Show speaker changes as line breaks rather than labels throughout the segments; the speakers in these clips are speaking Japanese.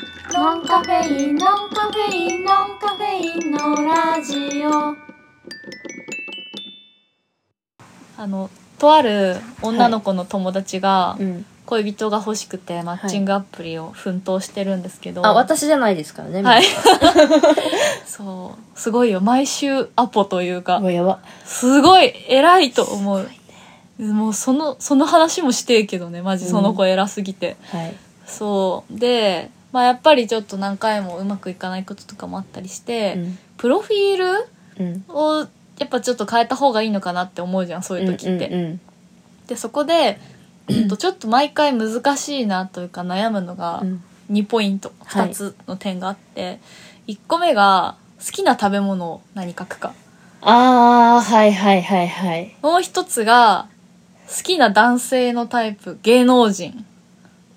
ンカフェインノンカフェインノンカフェインのラジオ
あのとある女の子の友達が
うん、
恋人が欲しくてマッチングアプリを奮闘してるんですけど、
あ私じゃないですからね
はい そうすごいよ毎週アポというか
もうやば
すごい偉いと思う、もうそのその話もしてえけどねマジその子偉すぎて、
はい
そうでまあやっぱりちょっと何回もうまくいかないこととかもあったりして、
うん
プロフィール
うん
をやっぱちょっと変えた方がいいのかなって思うじゃんそういう時って、
うんうん
でそこ で、うんとちょっと毎回難しいなというか悩むのが
うんうん
2ポイント、
はい
2つの点があって1個目が好きな食べ物を何書くか
ああはいはいはいはい
もう一つが好きな男性のタイプ芸能人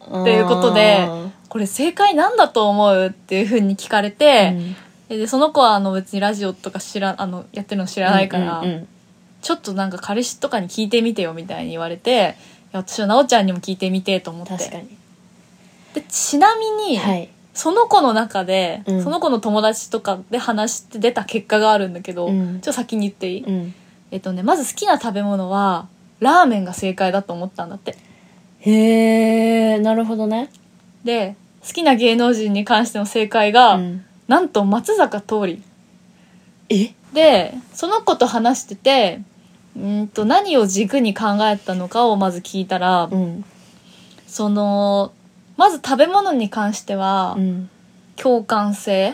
と
ということでこれ正解なんだと思うっていうふうに聞かれて、でその子はあの別にラジオとか知らあのやってるの知らないから、
うん
ちょっとなんか彼氏とかに聞いてみてよみたいに言われていや私は奈緒ちゃんにも聞いてみてと思って
確かに
でちなみに、
はい
その子の中で、
うん
その子の友達とかで話して出た結果があるんだけど、
うん
ちょっと先に言っていい、
うん
えっとねまず好きな食べ物はラーメンが正解だと思ったんだって
へえなるほどね
で好きな芸能人に関しての正解が、
うん
なんと松坂桃李
え
でその子と話しててうーんと何を軸に考えたのかをまず聞いたら、
うん
そのまず食べ物に関しては、
うん
共感性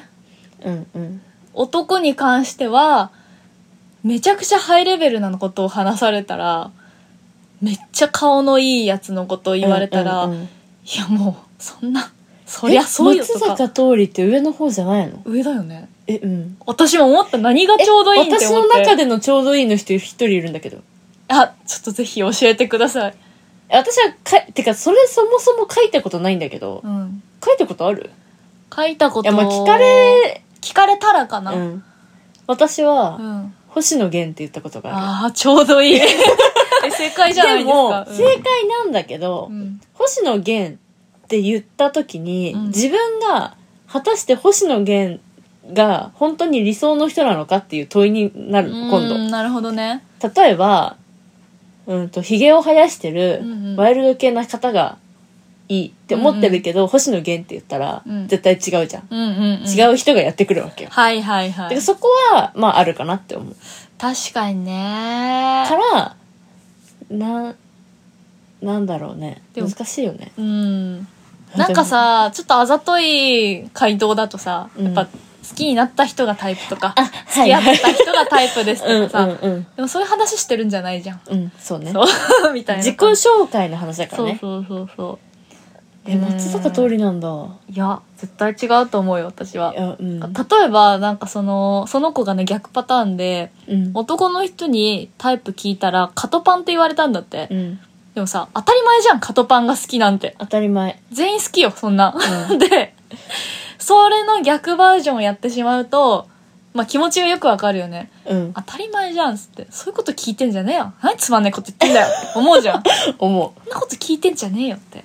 うんうん
男に関してはめちゃくちゃハイレベルなことを話されたらめっちゃ顔のいいやつのことを言われたら、
うんうんうん
いやもうそんなそりゃそうよ
え
と
松
か
坂桃李って上の方じゃないの
上だよね
えうん
私も思った何がちょうどいいんって
私
思
の
って
中でのちょうどいいの人一人いるんだけど
あちょっとぜひ教えてください、
私はかてかそれそもそも書いたことないんだけど
うん、
書いたことある
書いたこ
い
と
やまあ聞かれ
聞かれたらかな、う
うんん私は星野源って言ったことがあ
ああちょうどいい え正解
る
じゃない
で
ですか
も正解なんだけど
うん
星野源って言った時に
うん
自分が果たして星野源が本当に理想の人なのかっていう問いになる
うん
今
う
度
んなるほどね
例えばうんとひげを生やしてる
うんうん
ワイルド系な方がいいって思ってるけど、星野源って言ったら
うん
絶対違うじゃん、
うんうん、うん、
違う人がやってくるわけよ、
はいはいは
で
い。
そこはまああるかなって思う
確かにね
か。らななんだろうね
でも
難しいよね
うん。なんかさ、ちょっとあざとい回答だとさ、
うん
やっぱ好きになった人がタイプとか、
あ
付
は
き
い
合っ
はい
た人がタイプですと
うん
かさ、
うんうん
でもそういう話してるんじゃないじゃん。
うんそうね
そう、 みたいな。
自己紹介の話だから
そう
ね
そうそうそう。
え松坂桃
り
李なんだ。
いや、絶対違うと思うよ、私はい
やうん
例えば、なんかその、その子がね、逆パターンで、
うん
男の人にタイプ聞いたら、カトパンって言われたんだって。
うん
でもさ、当たり前じゃん、カトパンが好きなんて。
当たり前
全員好きよ、そんな。
う
で、それの逆バージョンをやってしまうと、まあ気持ちがよくわかるよね。
うん
当たり前じゃん、つって。そういうこと聞いてんじゃねえよ。何つまんねえこと言ってんだよ。思うじゃん。そ
思うん
なこと聞いてんじゃねえよって。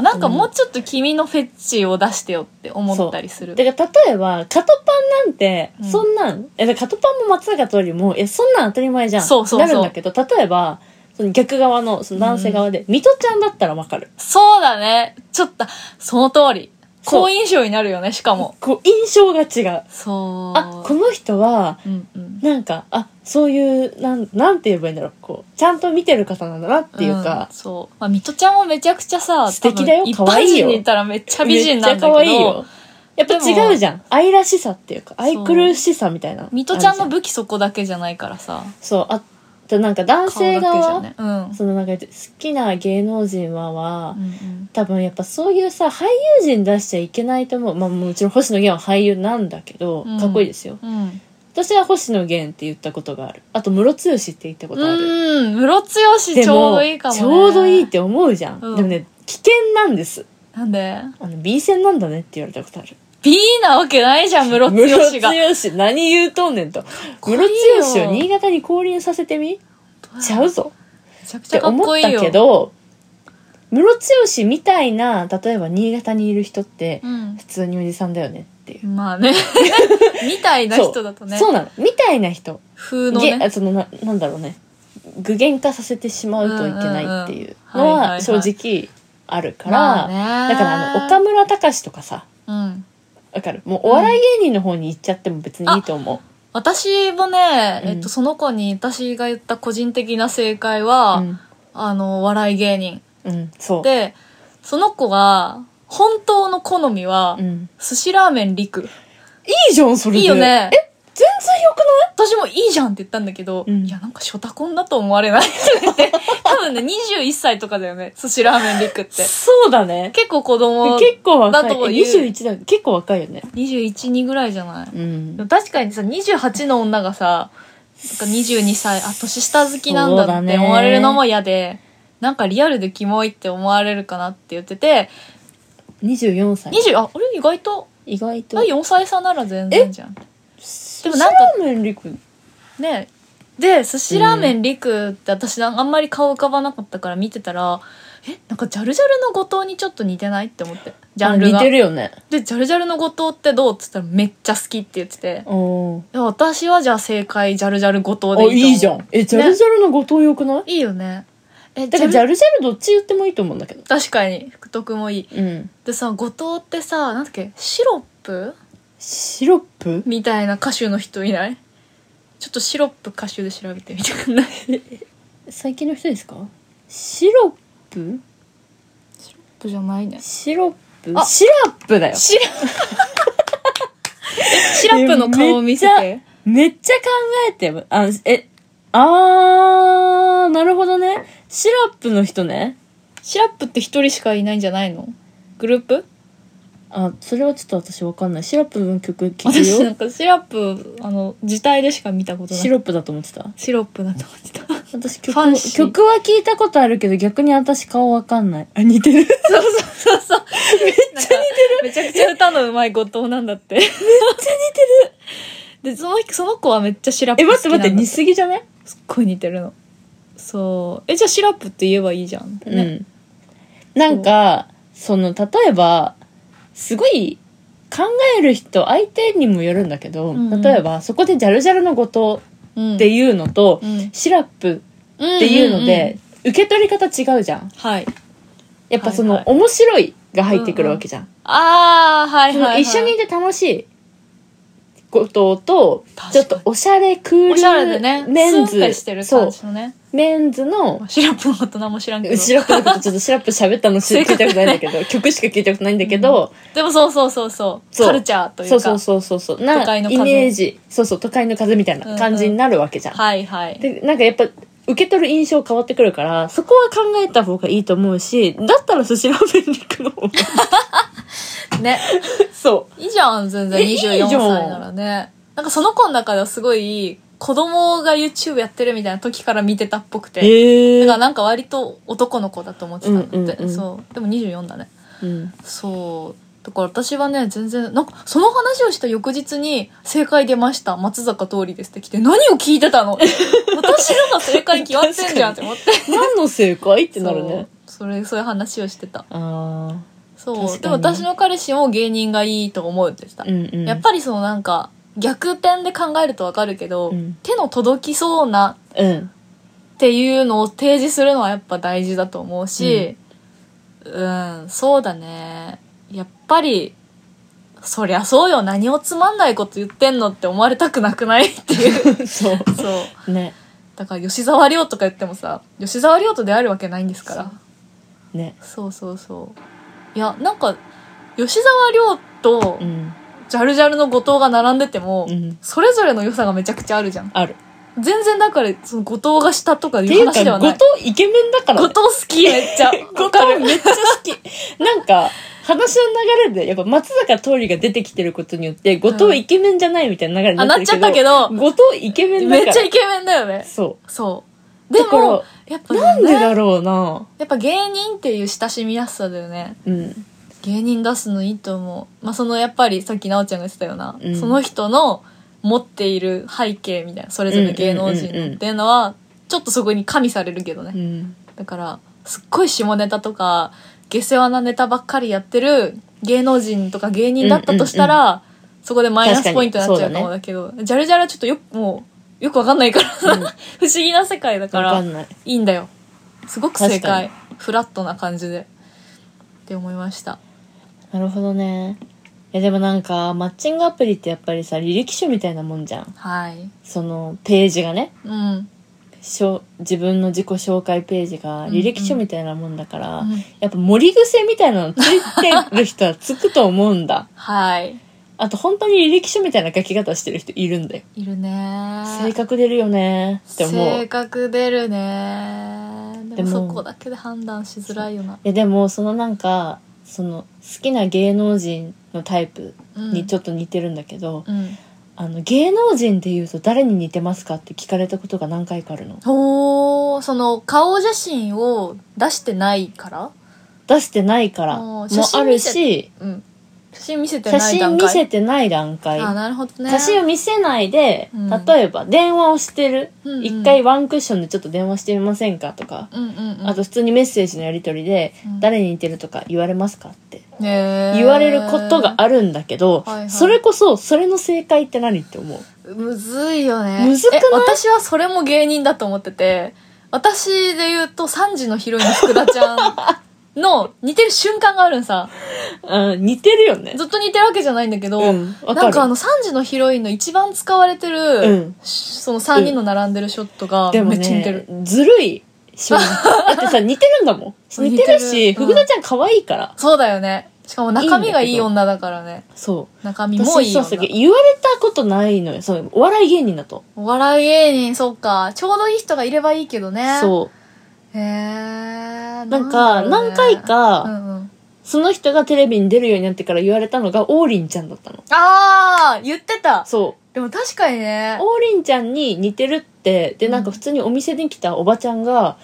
なんかもうちょっと君のフェッチを出してよって思ったりする。
だから例えば、カトパンなんて
う、ん
そんなん、え、だからカトパンも松坂桃李も、え、そんなん当たり前じゃん。
そうそうそう
なるんだけど、例えば、その逆側の、その男性側で、ミトちゃんだったらわかる。
そうだね。ちょっと、その通り。
そう
好印象になるよね、しかも。
こう、印象が違う。
そう。
あ、この人は、
うんうん。
なんか、あ、そういう、なん、なんて言えばいいんだろう、こう、ちゃんと見てる方なんだなっていうか
ん、そう。まあ、ミトちゃんもめちゃくちゃさ、
素敵だよ
多分
可愛
一般
いよ
人にいたらめっちゃ美人なんだけ
めっ
ど、
ちゃ可愛いよ。やっぱ違うじゃん。愛らしさっていうか、愛くるしさみたいな。
ミトちゃん
あ
の
る
武器そこだけじゃないからさ、
じゃんそう、あとなんか男
顔だ
性
けじゃ
側、
ね。うん。
そのなんか、好きな芸能人は、は、
うんうん
多分やっぱそういうさ俳優陣出しちゃいけないと思うまあもちろん星野源は俳優なんだけど、
うん
かっこいいですよ
うん。
私は星野源って言ったことがあるあとムロツヨシって言ったことある
うん、ムロツヨシ
でも
ちょうどいいかも、ね。
ちょうどいいっ。て思うじゃん、
うん
でもね危険なんです
なんで
あの B 線なんだねって言われたことある
?B なわけないじゃん、ムロツ
ム
ヨ
ロ
シが
ツ。ヨシ何言うとんねんと
こい
ム
い
ロ
よ
ツヨシを新潟に降臨させてみちゃうぞ
めちゃく
っ
ちゃ
て
かっ
思っ
こいい
た
よ。
けどムロツヨシみたいな例えば新潟にいる人って
うん
普通におじさんだよねっていう、
まあ ねみたいな人だとね
そうなのみたいな人
風の
げ
ね
あそのななんだろうね具現化させてしまうといけないっていう
うんうんうんはいはい
の
は
はい正直あるから、
まあね
だからあの岡村隆史とかさ
うん
わかるもうお笑い芸人の方に行っちゃっても別にいいと思
私もね、えっ
うん
と、その子に私が言った個人的な正解
う、
は、
うん
あの、笑い芸人。
うん、そう、
で、その子が、本当の好みは、
うん、
寿司ラーメン陸。
いいじゃんそれで
いいよね。え
全然よくない
私もいいじゃんって言ったんだけど、
うん
いや、なんかショタコンだと思われ ないって言って、多分ね、21歳とかだよね、寿司ラーメン陸って。
そうだね
結構子供、
結構若
だ
い
と
え
いう
21だ結構若いよね
21、2ぐらいじゃない、
うん
でも確かにさ、28の女がさ、なんか22歳、あ、年下好きなん
そう
だ
だ
って
ね
思われるのも嫌で、なんかリアルでキモいって思われるかなって言ってて、
24歳
20、あ、あれ意外と、
意外と
あ4歳差なら全然じゃん。
でもなんかラーメンリク
ねで寿司ラーメンりくって私なんあんまり顔浮かばなかったから見てたら、えなんかジャルジャルの後藤にちょっと似てないって思ってジャンル
似
が
てるよね
でジャルジャルの後藤ってどうっつったらめっちゃ好きって言ってて
お
で私はじゃあ正解ジャルジャル後
あ
藤でいいと思う
いいじゃんえジャルジャルの後藤よくない
いいよねえ
だからジ
ジャ
ャ
ル
ルジャルどっち言ってもいいと思うんだけど
確かに福徳もいい
うん
でさ後藤ってさなんだっけシロップ
シロップ
みたいな歌手の人いないちょっとシロップ歌手で調べてみてくんないシロ
最近の人ですかシロップ
ップじゃないね
シロッ
あ
プシラップだよ
シラシラップの顔を見せ
め
て。
めっちゃ考えてあえあーなるほどねシラップの人ね
シラップって一人しかいないんじゃないのグループ
あそれはちょっと私わかんないシラップの曲聞く
私なん
よ
かシラップ、あの、自体でしか見たことない。
シロップだと思ってた
シロップだと思ってた。
私
ファンシー
曲曲は聞いたことあるけど逆に私顔わかんないあ似てる
そうそうそうそう。めっちゃ似てる。めちゃくちゃ歌の上手い後藤なんだって。めっちゃ似てる。で、そのその子はめっちゃシラップ
え
好
待って
きなんだ
待って似すぎじゃない、
すっごい似てるの。そう。え、じゃあシラップって言えばいいじゃんってね。
うんなんかその例えばすごい考える人相手にもよるんだけど、
んうん
例えばそこでジャルジャルの後
うん。
藤っていうのと、
うん
シラップ
っ
っていうので、。受け取り方違うじゃん
はい。
やっぱその、
はいは
面白いが入ってくるわけじゃん、
ああ、はい
そ
はい、
の
はい。
一緒にいて楽しいことと
確か
ち
に
ょっとおしゃれクール
おしゃれでね、
メン
スンっ
ズ
てしてる
そ
感
う
じのね。
メンズの
シラップのこと何も知らんけど。
後ろからことちょっとシラップ喋ったのし
正
聞
確
いたことないんだ けど曲しか聞いたことないんだけど、
でもそうそうそうそう。
そう
カルチャーという
そ
か。
うそうそうそうそうな
都会の
イ
風
メージそうそう都会の風みたいな感じになるわけじゃん、
はいはい。
でなんかやっぱ受け取る印象変わってくるからそこは考えた方がいいと思うしだったら寿司ラーメンに行く のも
ね。
そ
いいじゃん、全然
えいいじゃん
24歳ならね。なんかその子の中ではすごい、子供が YouTube やってるみたいな時から見てたっぽく
う
て。だ
へ
から
え、
なんか割と男の子だと思ってたんだって。
うんうんうん
そう。でも24だね。
うん、
そう。だから私はね、全然、なんか、その話をした翌日に、正解出ました。松坂通りですって来て、何を聞いてた の私のが正解に決まってんじゃんって思って。
何の正解ってなるね
そう。それ、そういう話をしてた。
ああ
そう。
確
で
か
も
に
私の彼氏も芸人がいいと思うって言ってた。
うんうん
やっぱりそのなんか、逆転で考えるとわかるけど、
うん
手の届きそうな
うん
っていうのを提示するのはやっぱ大事だと思うし、うん、そうだね。やっぱり、そりゃそうよ、何をつまんないこと言ってんのって思われたくなくないって いう。
そ
そう。
う。ね。
だから吉沢亮とか言ってもさ、吉沢亮と出会えるわけないんですから。
ね。
そうそうそう。いや、なんか、吉沢亮と
う、ん。
ジャルジャルの後藤が並んでても、
うん
それぞれの良さがめちゃくちゃあるじゃん。
ある。
全然だから、その後藤が下とか
っ
い
ていうう
話では
か、
ない。
後藤イケメンだから、
後
ね
藤。好きめっ ちゃ。わか
後
る。
藤めっちゃ好 き。なんか、話の流れで、やっぱ松坂桃李が出てきてることによって、後
うん
藤イケメンじゃないみたいな流れに
あ、
なっ
な
て
っ
る
ち
け
ゃっ
ど、
たけど、
後藤イケメンだ
め
か
っ
ら。
ちゃイケメンだよね。
そ
そう。
う。
で
だから
も、、やっぱ、
なんで
ね
だろうな。
やっぱ芸人っていう親しみやすさだよね。
うん。
芸人出すのいいと思う。まあ、そのやっぱりさっきなおちゃんが言ってたような、
うん
その人の持っている背景みたいな、それぞれ芸能人
うんうんうんうん
のっていうのは、ちょっとそこに加味されるけどね。
うん。
だから、すっごい下ネタとか下世話なネタばっかりやってる芸能人とか芸人だったとしたら、そこでマイナスポイントになっちゃうかもだけど、ジャルジャルはちょっとよくもうよくわかんないから不思議な世界だか
わからんない。
いいんだよすごく正
確かに
解フラットな感じでって思いました
なるほどね。いやでもなんか、マッチングアプリってやっぱりさ、履歴書みたいなもんじゃん。
はい
その、ページがね。
うん
しょ自分の自己紹介ページ
う
が
んうん
履歴書みたいなもんだから、
うん
やっぱ盛り癖みたいなのついてる人はつくと思うんだ。
はい
あと本当に履歴書みたいな書き方してる人いるんだよ。
いるね
性格出るよねって思う。
性
い
格出るねで
で
も
も
そこだけで判断しづらいよな
やでもそのなんか、その好きな芸能人のタイプにちょ
っ
っと似てるんだけど、
とうん
あの芸能人で言うと誰に似てますかって聞かれたことが何回かあるの。
おーその顔写真を出してないから
出してないから
お
も
ー写
あ
真見
る
せ
し、
うん写真見せて
写
ない
真
段
見
階
せてない段階。
あなるほどね
写真を見せないで、
うん
例えば電話をしてる、
うんうん
一回ワンクッションでちょっと電話してみませんかとか、
うんうんうん
あと普通にメッセージのやり取りで、
うん
誰に似てるとか言われますかって
言
言われることがあるんだけど、
はいはい
それこそそれの正解って何っ て思う
むずいよね
むずくない
え私はそれも芸人だと思ってて私で言うと3時のヒロインの福田ちゃんの似てる瞬間があるんさ
うん似てるよね
ずっと似てるわけじゃないんだけど、
うんわ
な
か
んかあ
る
の3時のヒロインの一番使われてる、
うん
その3人の並んでるショットが
でも
めっちゃ似て
ね
る、
ずるい 正直だってさ似てるんだもん似てるし
似てるうん
福田ちゃん可愛いから
そうだよねしかも中身がい
いいんだけど
い女だからね
そう
中身もい
私
い
そう
女
そう言われたことないのよそうお笑い芸人だと、
お笑い芸人そうかちょうどいい人がいればいいけどね
そう
へえ
なんか、何回か、
うんうん、
その人がテレビに出るようになってから言われたのが、王林ちゃんだったの。
ああ言ってた
そ
でも確かに
う。
ね
王林ちゃんに似てるって、で、なんか普通にお店に来たおばちゃんが、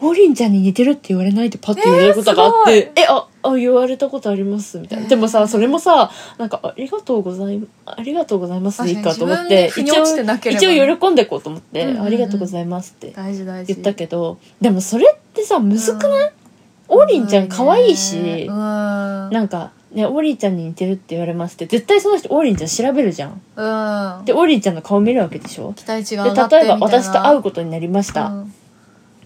王林ちゃんに似てるって言われないってパッて言われることがあって、えあ、あ、言われたことあります、みたいな。でもさ、それもさ、なんか、ありがとうござい、ありがとうございますでいいかと思って、
確かに自分
一
で腑に落ちてなければね
応、一応喜んでこうと思って、
うんうんうん
ありがとうございますって
大事大事
言ったけど、でもそれってさ、むずくない、王林ちゃん可愛いし、
うんうん
なんか、ね、オーリーちゃんに似てるって言われますって、絶対その人オーリーちゃん調べるじゃん。で、オーリーちゃんの顔見るわけでしょ
期待値
で、
が上がって
例えば私と会
う
うことになりました、っ
ん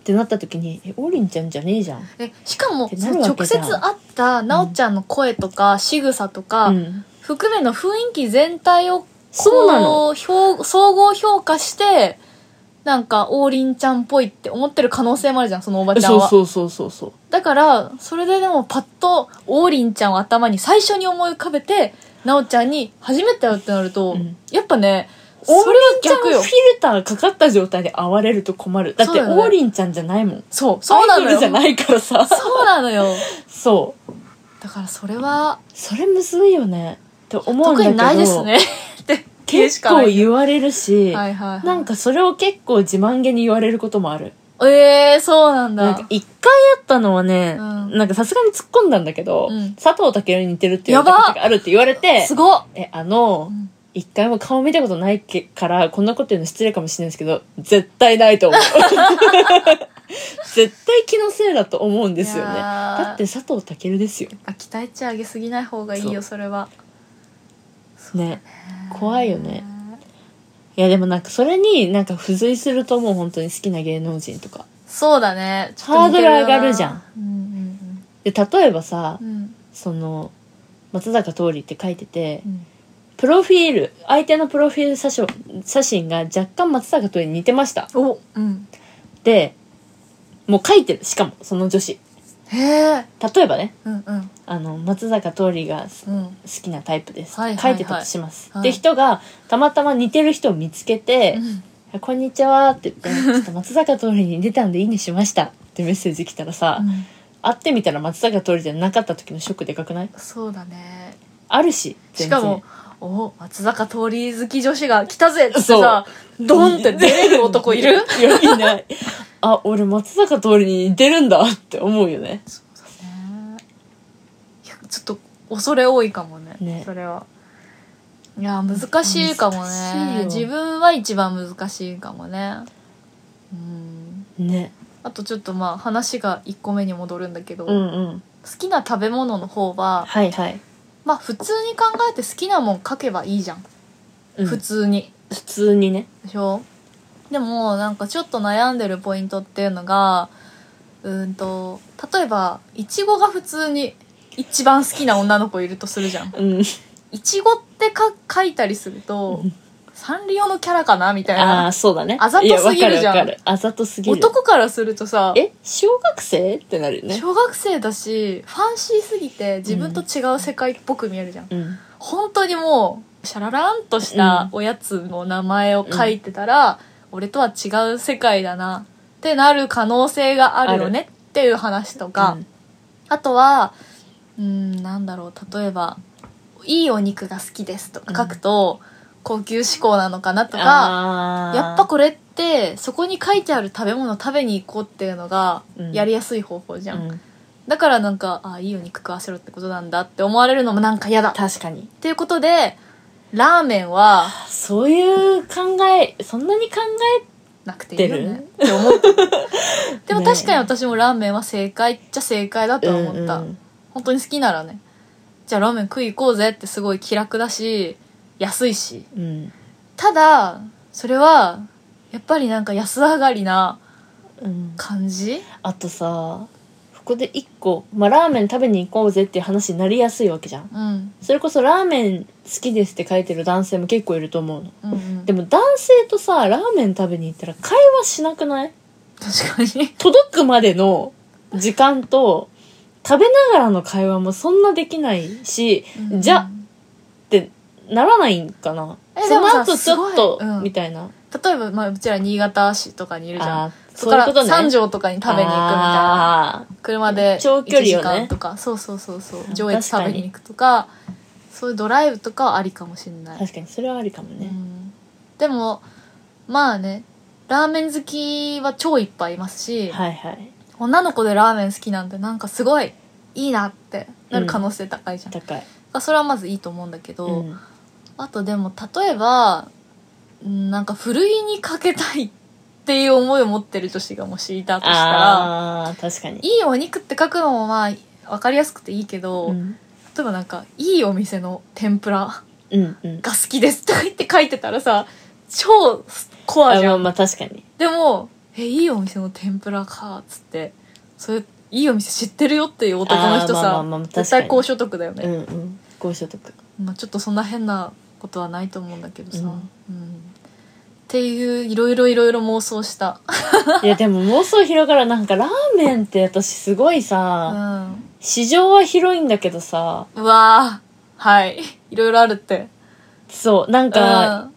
てなった時に、え、オーリーちゃんじゃねえじゃん。
えしかも
って
そ
なる
の
わ
直
け
接
じゃん
会ったなおちゃんの声とか仕草とか、
うん。
含めの雰囲気全体をこ
そうなの
評総合評価してなんか王林ちゃんっぽいって思ってる可能性もあるじゃんそのおばちゃん
そう
は
そうそうそうそう。
だからそれででもパッと王林ちゃんを頭に最初に思い浮かべてなおちゃんに初めて会うってなると、
うん
やっぱねそれ
オー
は
リーちゃんフ
逆
ィ
よ
ルターかかった状態で会われると困る。だっ
そう
て、
だよね
オーリーちゃんじゃないもん。
そうそうなの
アイドル
よ
じゃないからさ。
そうなのよ
そう。
だからそれは
それむずいよね。って思うんだ
特
けど。
にないですねって
結構言われるし、
はいはいはい
なんかそれを結構自慢げに言われることもある。
ええー、そうなんだ
なんか一回やったのはね、
うん
なんかさすがに突っ込んだんだけど、
うん
佐藤健に似てるって言われたことがあるって言われて
す、ごっ
え、あの、一回も顔見たことないけから、こんなこと言うの失礼かもしれないですけど、絶対な いと思う。絶対気のせいだと思うんですよね。
いやー
だって佐藤健ですよ。
あ期待値上げすぎない方がいいよそれは
ね。怖いよね。いやでもなんかそれになんか付随すると思う本当に好きな芸能人とか。
そうだねちょっと似て
ハードル上がるじゃん
うん
で、例えばさ
うんう、ん
その、松坂桃李って書いてて
う、ん
プロフィール、相手のプロフィール写真写真が若干松坂と似てました。
おうん
で、もう書いてる。しかも、その女子。
へえ
例えばね、
うんうん
あの、松坂桃李がす
うん
好きなタイプです。
はいはいはい
書いてたとします。
はい
で、人が、たまたま似てる人を見つけて、こんにちはって言って、ちょっと松坂桃李に出たんでいいねしました。ってメッセージ来たらさ、
うん
会ってみたら松坂桃李じゃなかった時のショックでかくない
そうだね
あるし、
し
全
か
然
も、お松坂桃李好き女子が来たぜっつってさドンって出れる男いる
いや、いない。あ、俺松坂通りに似てるんだって思うよね。
ねいやちょっと恐れ多いかもね
ね
それはいや難しいかも
難しい
ね
よ
自分は一番難しいかもねうん
ね。
あとちょっとまあ話が1個目に戻るんだけど、
う
好
んうん
きな食べ物の方は
はいはい、
まあ普通に考えて好きなもん書けばいいじゃん、
うん
普
普
通に
通にね
でしょでもなんかちょっと悩んでるポイントっていうのがうーんと例えばいちごが普通に一番好きな女の子いるとするじゃん
うん
いちごってか書いたりすると
うん
サンリオのキャラかなみたい
ああ
な
ーそうだね
あざとすぎるじゃん
いやわかるわかるあざとすぎる
男からするとさ
え小学生ってなるよね
小学生だしファンシーすぎて自分と違う世界っぽく見えるじゃん、
うん
本当にもうシャラランとしたおやつの名前を書いてたら、俺とは違う世界だなってなる可能性があるよねっていう話とか、
うん
あとはうんなんだろう例えば「いいお肉が好きです」とか書くと、高級志向なのかなとか
あー
やっぱこれってそこに書いてある食べ物食べに行こうっていうのが
うん
やりやすい方法じゃん、
うん
だからなんかあいいお肉食わせろってことなんだって思われるのもなんか嫌だっ
確かに
ていうことでラーメンは
そういう考えそんなに考
なくていいよねって思った でも
ね
確かに私もラーメンは正解っちゃ正解だ
え
とは思った、
うんうん
本当に好きならねじゃあラーメン食い行こうぜってすごい気楽だし安いし
うん
ただそれはやっぱりなんか安上がりな
うん
感じ
あとさここで一個、まあ、ラーメン食べに行こうぜっていう話になりやすいわけじゃん
うん
それこそラーメン好きですって書いてる男性も結構いると思うの
うんうん
でも男性とさラーメン食べに行ったら会話しなくない
確 かに
届くまでの時間と食べながらの会話もそんなできないし、
うん
じゃってならないんかな
え
その後ち
でも
ょ
さ
っと、
すごいうん
みたいな
例えば、まあ、うちら新潟市とかにいるじゃん
あー
そ
そ
こ
うい
か
うこ
ら
とね
三条とかに食べに行くみたいな
あ
車で
長距離をね
1時間とか、そうそうそうそう上越食べに行くとかそういうドライブとかはありかもしれな
ー
い、
確かにそれはありかも
う
ね、
ん、でもまあねラーメン好きは超いっぱいいますし、
はいはい
女の子でラーメン好きなんてなんかすごいいいなってなる可能性高いじゃん、だか
高い、
らそれはまずいいと思うんだけど、
うん
あとでも例えばうんなんかふるいにかけたいっていう思いを持ってる女子がもしいたとしたら
あー確かに
いいお肉って書くのもまあ分かりやすくていいけど、
うん
例えばなんかいいお店の天ぷら
うんうん
が好きですとか言って書いてたらさ超コア
あ
じ
ま
ゃ
あ
ん
まあ確かに
でも「えいいお店の天ぷらか」っつってそれいいお店知ってるよっていう男の人
あーまあま
さ
あまあ確かに
絶対高所得だよね、
うんうん高所得
まあ、ちょっとそんな変なことはないと思うんだけどさ、
う
うんんっていういろいろいろいろ妄想した、
いやでも妄想広がるなんかラーメンって私すごいうさ、
ん、
市場は広いんだけどさ
うわーはいいろいろあるって
そうなんか、
うん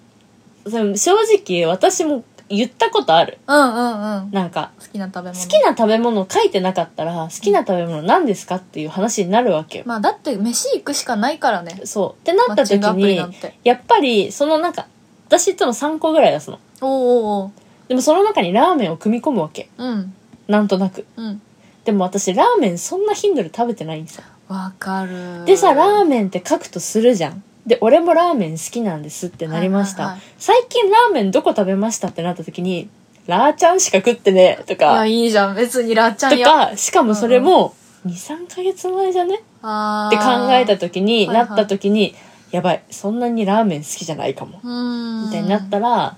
その正直私も言ったことある
うんうんうん
なんか
好きな食べ
好
物
きな食べ物書いてなかったら好きな食べ物何ですかっていう話になるわけよ、
まあだって飯行くしかないからね
そうってな
マ
っ
ッ
た
チ
時
ングアプリなん
に
て
やっぱりそのなんか私いつも3個ぐらい出すの
おうおうおう
でもその中にラーメンを組み込むわけ
うん
なんとなく
うん
でも私ラーメンそんな頻度で食べてないんですよ
わかる
でさラーメンって書くとするじゃんで俺もラーメン好きなんですってなりました、
はいはいはい
最近ラーメンどこ食べましたってなった時にラーちゃんしか食ってねえと
いや
か
いいじゃん別にラーちゃん
と
や
かしかもそれも23ヶ月前じゃね
あー
って考えた時
あー
に、
はいはい
なった時にやばいそんなにラーメン好きじゃないかも、
うん
みたいになったら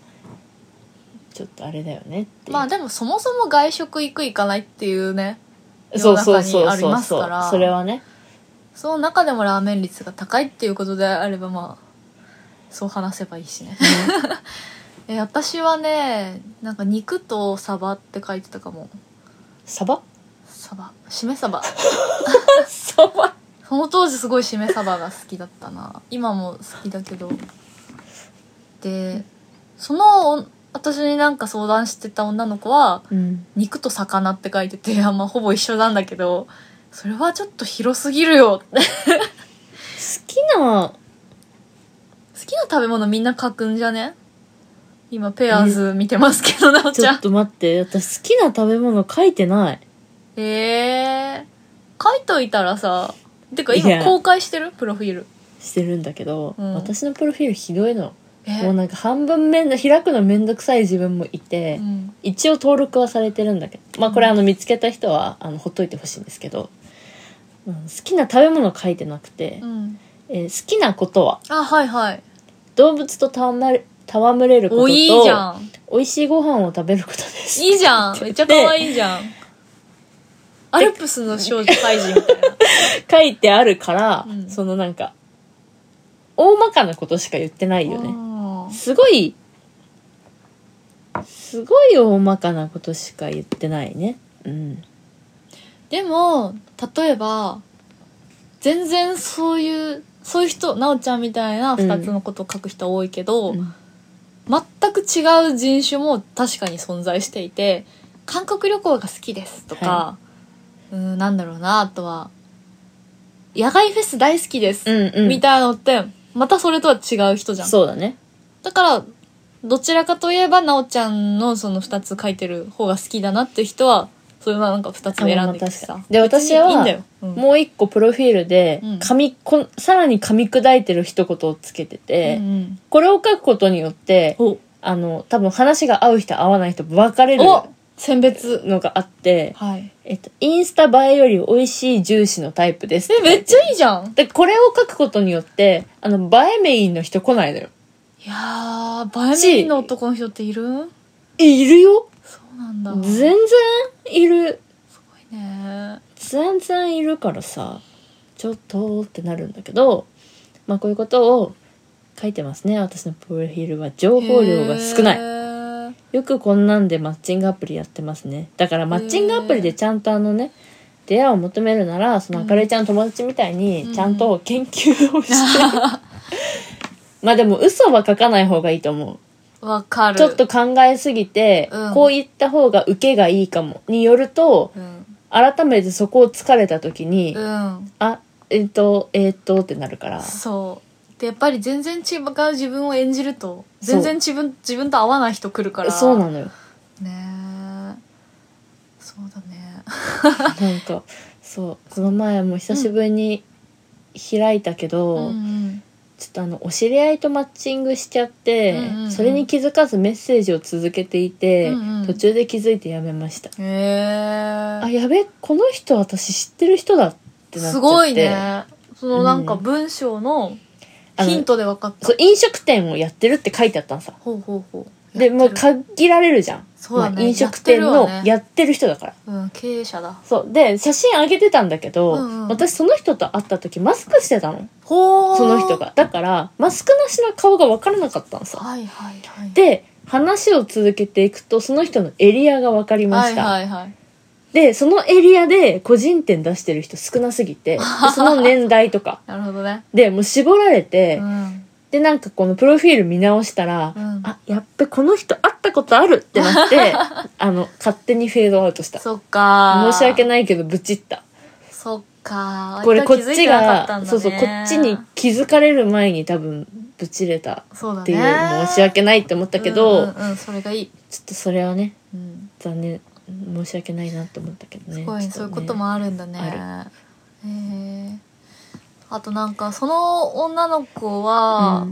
ちょっとあれだよねっていう
まあでもそもそも外食行く行かないっていうね
そうそうそ
世の中に
う
あり
そう
ます
そ
から
うそれはね
その中でもラーメン率が高いっていうことであればまあそう話せばいいしね え私はねなんか肉とサバって書いてたかも
サバ
サバしめサバ
サバ
その当時すごいしめ鯖が好きだったな今も好きだけどでそのお私になんか相談してた女の子は
うん
肉と魚って書いててあんまほぼ一緒なんだけどそれはちょっと広すぎるよって好
好きな
きな食べ物みんな書くんじゃね今ペアーズ見てますけどなおち
ちょ
ゃ
っ
ん
と待って私好きな食べ物書いてない
えー、書いといたらさてか
い
今
や
公開してるプロフィール
してるんだけど、
うん
私のプロフィールひどいの
え
もうなんか半分面倒開くのめんどくさい自分もいて、
うん
一応登録はされてるんだけどまあこれあの見つけた人はあのほっといてほしいんですけど、うん、好きな食べ物書いてなくて、
うん
えー好きなことは
あはいはい
動物と戯れ戯れることと
おいいじゃん
美味しいご飯を食べることです
いいじ ゃんめっちゃ可愛いじゃんアルプスの少女怪人みたいな
書いてあるから、
うん
そのなんか大まかなことしか言ってないよね、
ね
すごいすごい大まかなことしか言ってないねうん
でも例えば全然そういうそういう人なおちゃんみたいな2つのことを書く人多いけど、全く違う人種も確かに存在していて韓国旅行が好きですとか、うんなんだろうなあとは野外フェス大好きです、
うんうん
みたいなのってまたそれとは違う人じゃん
そうだね
だからどちらかといえばなおちゃんのその2つ書いてる方が好きだなって人はそれはなんか2つを選んでいくし
あまあ確か
さ
にで
別に
私はい
いんだよ、うん
もう一個プロフィールで
うん
噛みこんさらに噛み砕いてる一言をつけてて、
うんうん
これを書くことによって
お
あの多分話が合う人合わない人分かれる
お選別
のがあって、
はい
えっと、インスタ映えより美味しい重視のタイプです
えめっちゃいいじゃん
でこれを書くことによってあの映えメインの人来ないのよ
いやー、映えメインの男の人っている
えいるよ
そうなんだ。
全然いる
ね
全然いるからさちょっとってなるんだけどまあこういうことを書いてますね私のプロフィールは情報量が少ない
い。
よくこんなんでマッチングアプリやってますねだからマッチングアプリでちゃんとあのね出会いを求めるならそのあかりちゃんの友達みたいに
うん
ちゃんと研究をして、 まあでも嘘は書かない方がいいと思う
わかる。
ちょっと、考えすぎて、
うん
こう言った方が受けがいいかもによると
うん。
改めてそこを疲れた時に、
うん。
あえっ、とえっ、とってなるから
そう。で、やっぱり全然違う自分を演じると、全然自分、自分と合わない人来るから。
そうなのよ
ねえそうだね。
なんかそうこの前も久しぶりに開いたけど、
うん
ちょっとあのお知り合いとマッチングしちゃって、
うんうんうん
それに気づかずメッセージを続けていて、
うんうん
途中で気づいてやめました、
うん。へ
あ
え。
やべこの人私知ってる人だってなっちゃって
すごいね。そのなんか文章のヒントで分かった
そう。飲食店をやってるって書いてあったのさ
ほうほうほう。
でもう
やってる
限られるじゃん、
そうだね
まあ飲食店
やっ
の
てるよね
やってる人だから
うん、経営者だ。
そうで写真あげてたんだけど、
うんうん
私その人と会った時マスクしてたの
ほー
その人。がだからマスクなしの顔が分からなかったのさ
はいはいはい。
で話を続けていくとその人のエリアが分かりました、
はいはいはい。
でそのエリアで個人店出してる人少なすぎ てでその年代とか
なるほどね。
でもう絞られて、
うん。
でなんかこのプロフィール見直したら、
うん
あやっべこの人会ったことあるってなって あの勝手にフェードアウトした
そっか。
申し訳
い。
ないけどブチった
そっか。
これこっ
割と気づ
ち
いてなかったんだ
が
ね
そうそうこっちに気づかれる前に多分ブチれた
そうだね。
っていう申し訳ないって思ったけど、
うんうんうん、それがいい。
ちょっとそれはね
うん。
残念申し訳ないなって思ったけどね
すごい、
ちょっね
そういうこともあるんだね。へえ。あとなんか、その女の子は、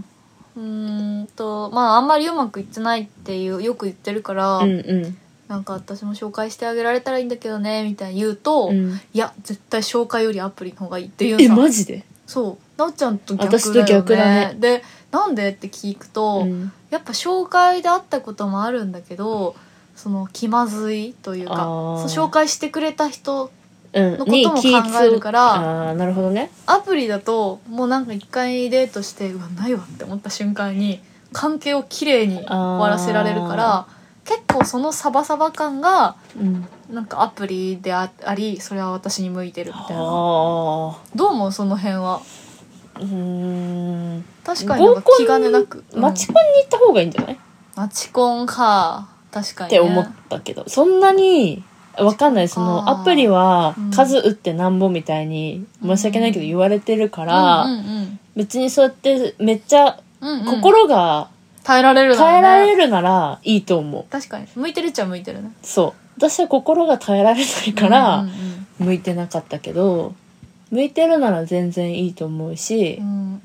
うーんと、まあ、あんまりうまくいってないっていう、よく言ってるから、
うんうん
なんか私も紹介してあげられたらいいんだけどね、みたいに言うと、
うん
いや、絶対紹介よりアプリの方がいいっていう
え
さ
マジで、
そうなおちゃんと逆だよね
私と逆だね
でなんでって聞くと、
うん
やっぱ紹介であったこともあるんだけどその気まずいというか
あー
そう紹介してくれた人
うん
のことも考えるから
ああーなるほどね
アプリだともうなんか一回デートしてうわないわって思った瞬間に関係をきれいに終わらせられるから結構そのサバサバ感が
うん
なんかアプリであありそれは私に向いてるみたいな
ああ
どう思うその辺は
うーん
確かになんか気兼ねなく
マチコンに行った方がいいんじゃない、
マチコンか確か
っ
に、ね、
て思ったけどそんなにわかんないその
あー
アプリは
うん
数打ってなんぼみたいに申し訳ないけど言われてるか
た
ら、
うんうん
別にそうやってめっちゃ
うんうん、
心が
耐えられるな
耐えられ
る
るならいいと思う、
確かに向いてるっちゃ向いてるね
そう私は心が耐えられないか
うん
ら
うん
向いてなかったけど向いてるなら全然いいと思うし
う、ん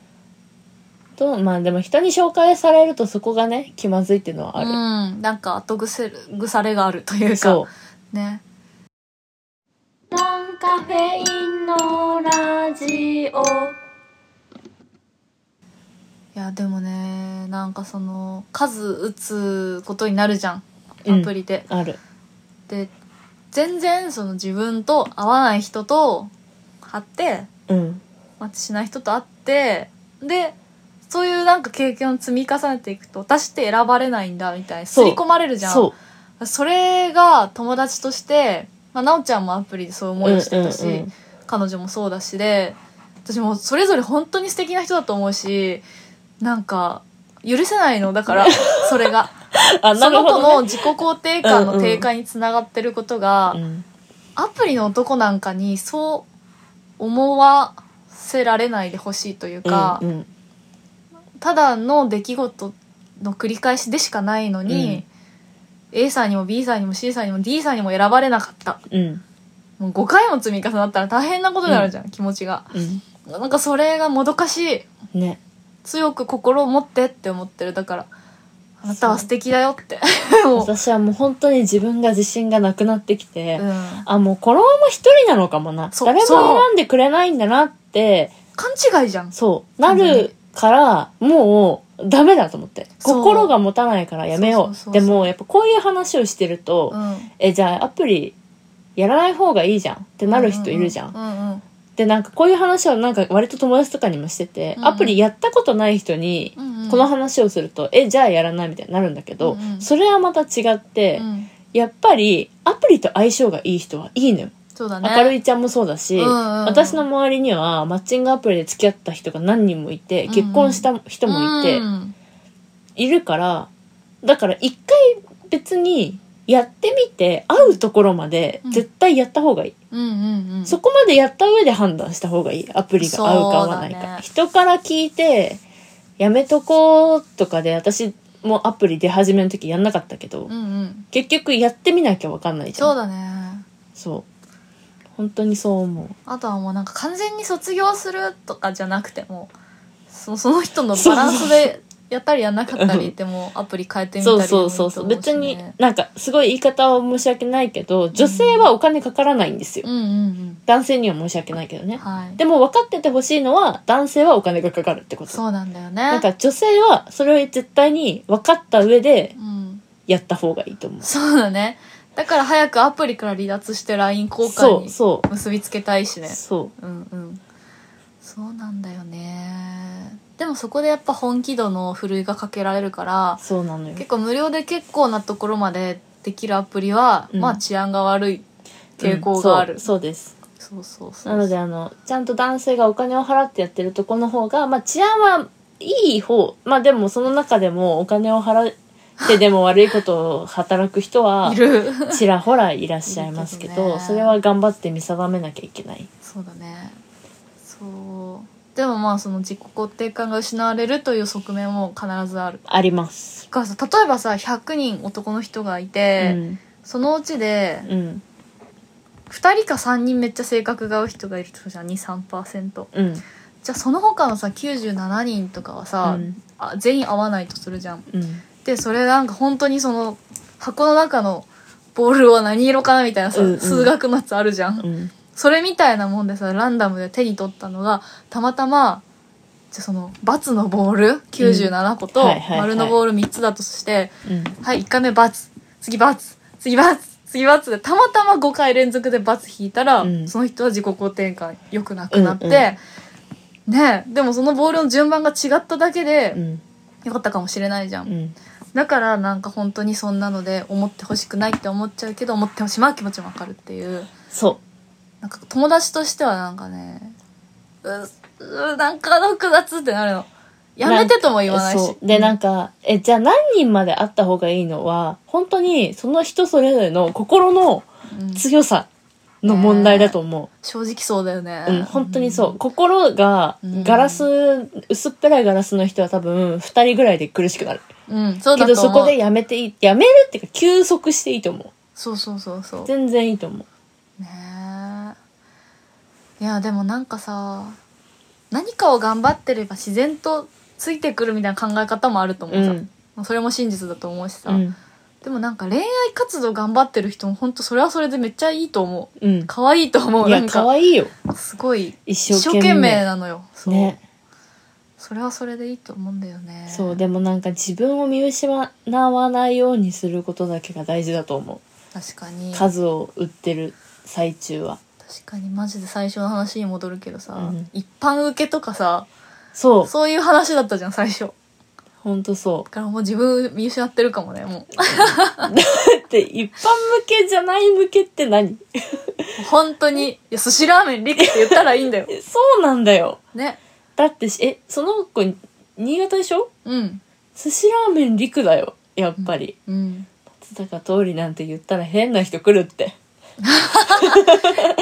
とまあでも人に紹介されるとそこがね気まずいっていうのはある、
うん、なんか後癖腐れがあるというか
そ
ね
ノンカフェインのラジオ
いやでもねなんかその数打つことになるじゃん
うん
アプリで、
うある
で全然その自分と合わない人と会って
うん
マッチしない人と会ってでそういうなんか経験を積み重ねていくと私って選ばれないんだみたいな
そ
刷
う
り込まれるじゃん
そ
それが友達として、まあ、なおちゃんもアプリでそう
う
思いをしてたし、
うんうんうん
彼女もそうだしで私もそれぞれ本当に素敵な人だと思うしなんか許せないのだからそれが、
あ な
そ
る
の
ほ
子
ど、
の
ね
自己肯定感の低下につながってることが、
うん、
アプリの男なんかにそう思わせられないでほしいというか、
うんうん
ただの出来事の繰り返しでしかないのに、A さんにも B さんにも C さんにも D さんにも選ばれなかった
うん
もう5回も積み重なったら大変なことになるじゃん、気持ちが
う
なんかそれがもどかしい
んね
強く心を持ってって思ってるだからあなたは素敵だよって も
私はもう本当に自分が自信がなくなってきて、
う、うん、勘
あもうこのまま一人なのかもな
そう
誰も
そう
選んでくれないんだなって
違いじゃん
そうなるからもうダメだと思って
そう
心が持たないからやめよう
そうそうそうそう
でもやっぱこういう話をしてると、
うん
えじゃあアプリやらない方がいいじゃんってなる人いるじゃん、
うんうんうん
でなんかこういう話をなんか割と友達とかにもしてて、
うんうん
アプリやったことない人に
うんうん
この話をすると、えじゃあやらないみたいになるんだけど、
うんうん
それはまた違って、
うん
やっぱりアプリと相性がいい人はいいのよ、
そうだね
明るいちゃんもそうだし、
うんうんうん
私の周りにはマッチングアプリで付き合った人が何人もいて、
うんうん
結婚した人もいて、
うん
いるからだから一回別にやってみて会うところまで絶対やった方がいい、
うんうんうん
そこまでやった上で判断した方がいいアプリが合うか合わない
そうだ
か、
ね
人から聞いてやめとこうとかで私もアプリ出始めの時やんなかったけど、
うんうん
結局やってみなきゃ分かんないじゃん
そうだね
そう本当にそう思う
あとはもうなんか完全に卒業するとかじゃなくてもそその人のバランスでやったりやんなかったりで もアプリ変えてみた
そ
り
う
でもいいと思
そう
し
そうそう別に
ね
なんかすごい言い方は申し訳ないけど女性はお金かからないんですよ、
うんうん
男性には申し訳ないけど
うん
ね
はい
でも分かっててほしいのは男性はお金がかかるってこと
そうなんだよね
なんか女性はそれを絶対に分かった上で
うん、
やった方がいいと思う
そうだねだから早くアプリから離脱して LINE 交
そ
換
う
に
そ
結びつけたいし
う
ね
そう
うんうんそうなんだよねでもそこでやっぱ本気度のふるいがかけられるから
そうなのよ
結構無料で結構なところまでできるアプリは、
うん
まあ治安が悪い傾向がある、
うんそうそうです
そうそうそう
なのであのちゃんと男性がお金を払ってやってるとこの方がまあ治安はいい方まあでもその中でもお金を払ってでも悪いことを働く 人はい
る
ちらほらいらっしゃいますけ
いるけど
ど
ね
それは頑張って見定めなきゃいけない
そうだねそうでもまあその自己肯定感が失われるという側面も必ずある
あります
だからさ例えばさ100人男の人がいて、
うん
そのうちで
うん
2人か3人めっちゃ性格が合う人がいるとじゃん23%
うん
じゃあその他のさ97人とかはさ、
うん
あ全員合わないとするじゃん
うん
でそれなんか本当にその箱の中のボールは何色かなみたいなさ、
うんうん
数学のやつあるじゃん、
うん
それみたいなもんでさランダムで手に取ったのがたまたまじゃあその×のボール97個と
はいはいはい
丸のボール3つだとして
うん
はい1回目×次×次×次×でたまたま5回連続で×引いたら、
うん
その人は自己肯定感良くなくなって、
うん
ねえでもそのボールの順番が違っただけ
う
で
ん
良かったかもしれないじゃん
う、ん
だからなんか本当にそんなので思ってほしくないって思っちゃうけど思ってしまう気持ちもわかるっていう
そ
なんか友達としてはなんかねううなんか複雑ってなるのやめてとも
う
言わないし
そうでなん
か
かえじゃあ何人まで会った方がいいのは本当にその人それぞれの心の強さの問題だと思
正直そうだよね
う、うん、本当にそう心が
うん
ガラス、薄っぺらいガラスの人は多分2人ぐらいで苦しくなる
うん、うん、そう
け
だと思
ど
う
そこでやめていいやめるっていうか休息していいと思
そうそうそうそう
う全然いいと思う
ねえいやでもなんかさ何かを頑張ってれば自然とついてくるみたいな考え方もあると思う
う
さ、
ん
それも真実だと思うしさ、
うん
でもなんか恋愛活動頑張ってる人も本当それはそれでめっちゃいいと思う
うん
可愛いと思う
い
な
や
ん
可
か
愛いよ
すごい
一
一
生
生
懸
懸命
命
なのよそう、
ね
それはそれでいいと思うんだよね
そうでもなんか自分を見失わないようにすることだけが大事だと思
確かに
う
確
数を売ってる最中は
かにマジで最初の話に戻るけどさ、
うん
一般受けとかさ
そう
そういう話だったじゃん最初だ
ほんとそう
からもう自分見失ってるかもねも
だって一般向けじゃない向けって何
う本当にいや寿司ラーメンリクって言ったらいいんだよ
そうなんだよ
ね
だってしえその子新潟でしょ
うん
寿司ラーメン陸だよやっぱり、
うん
松坂桃李なんて言ったら変な人来るって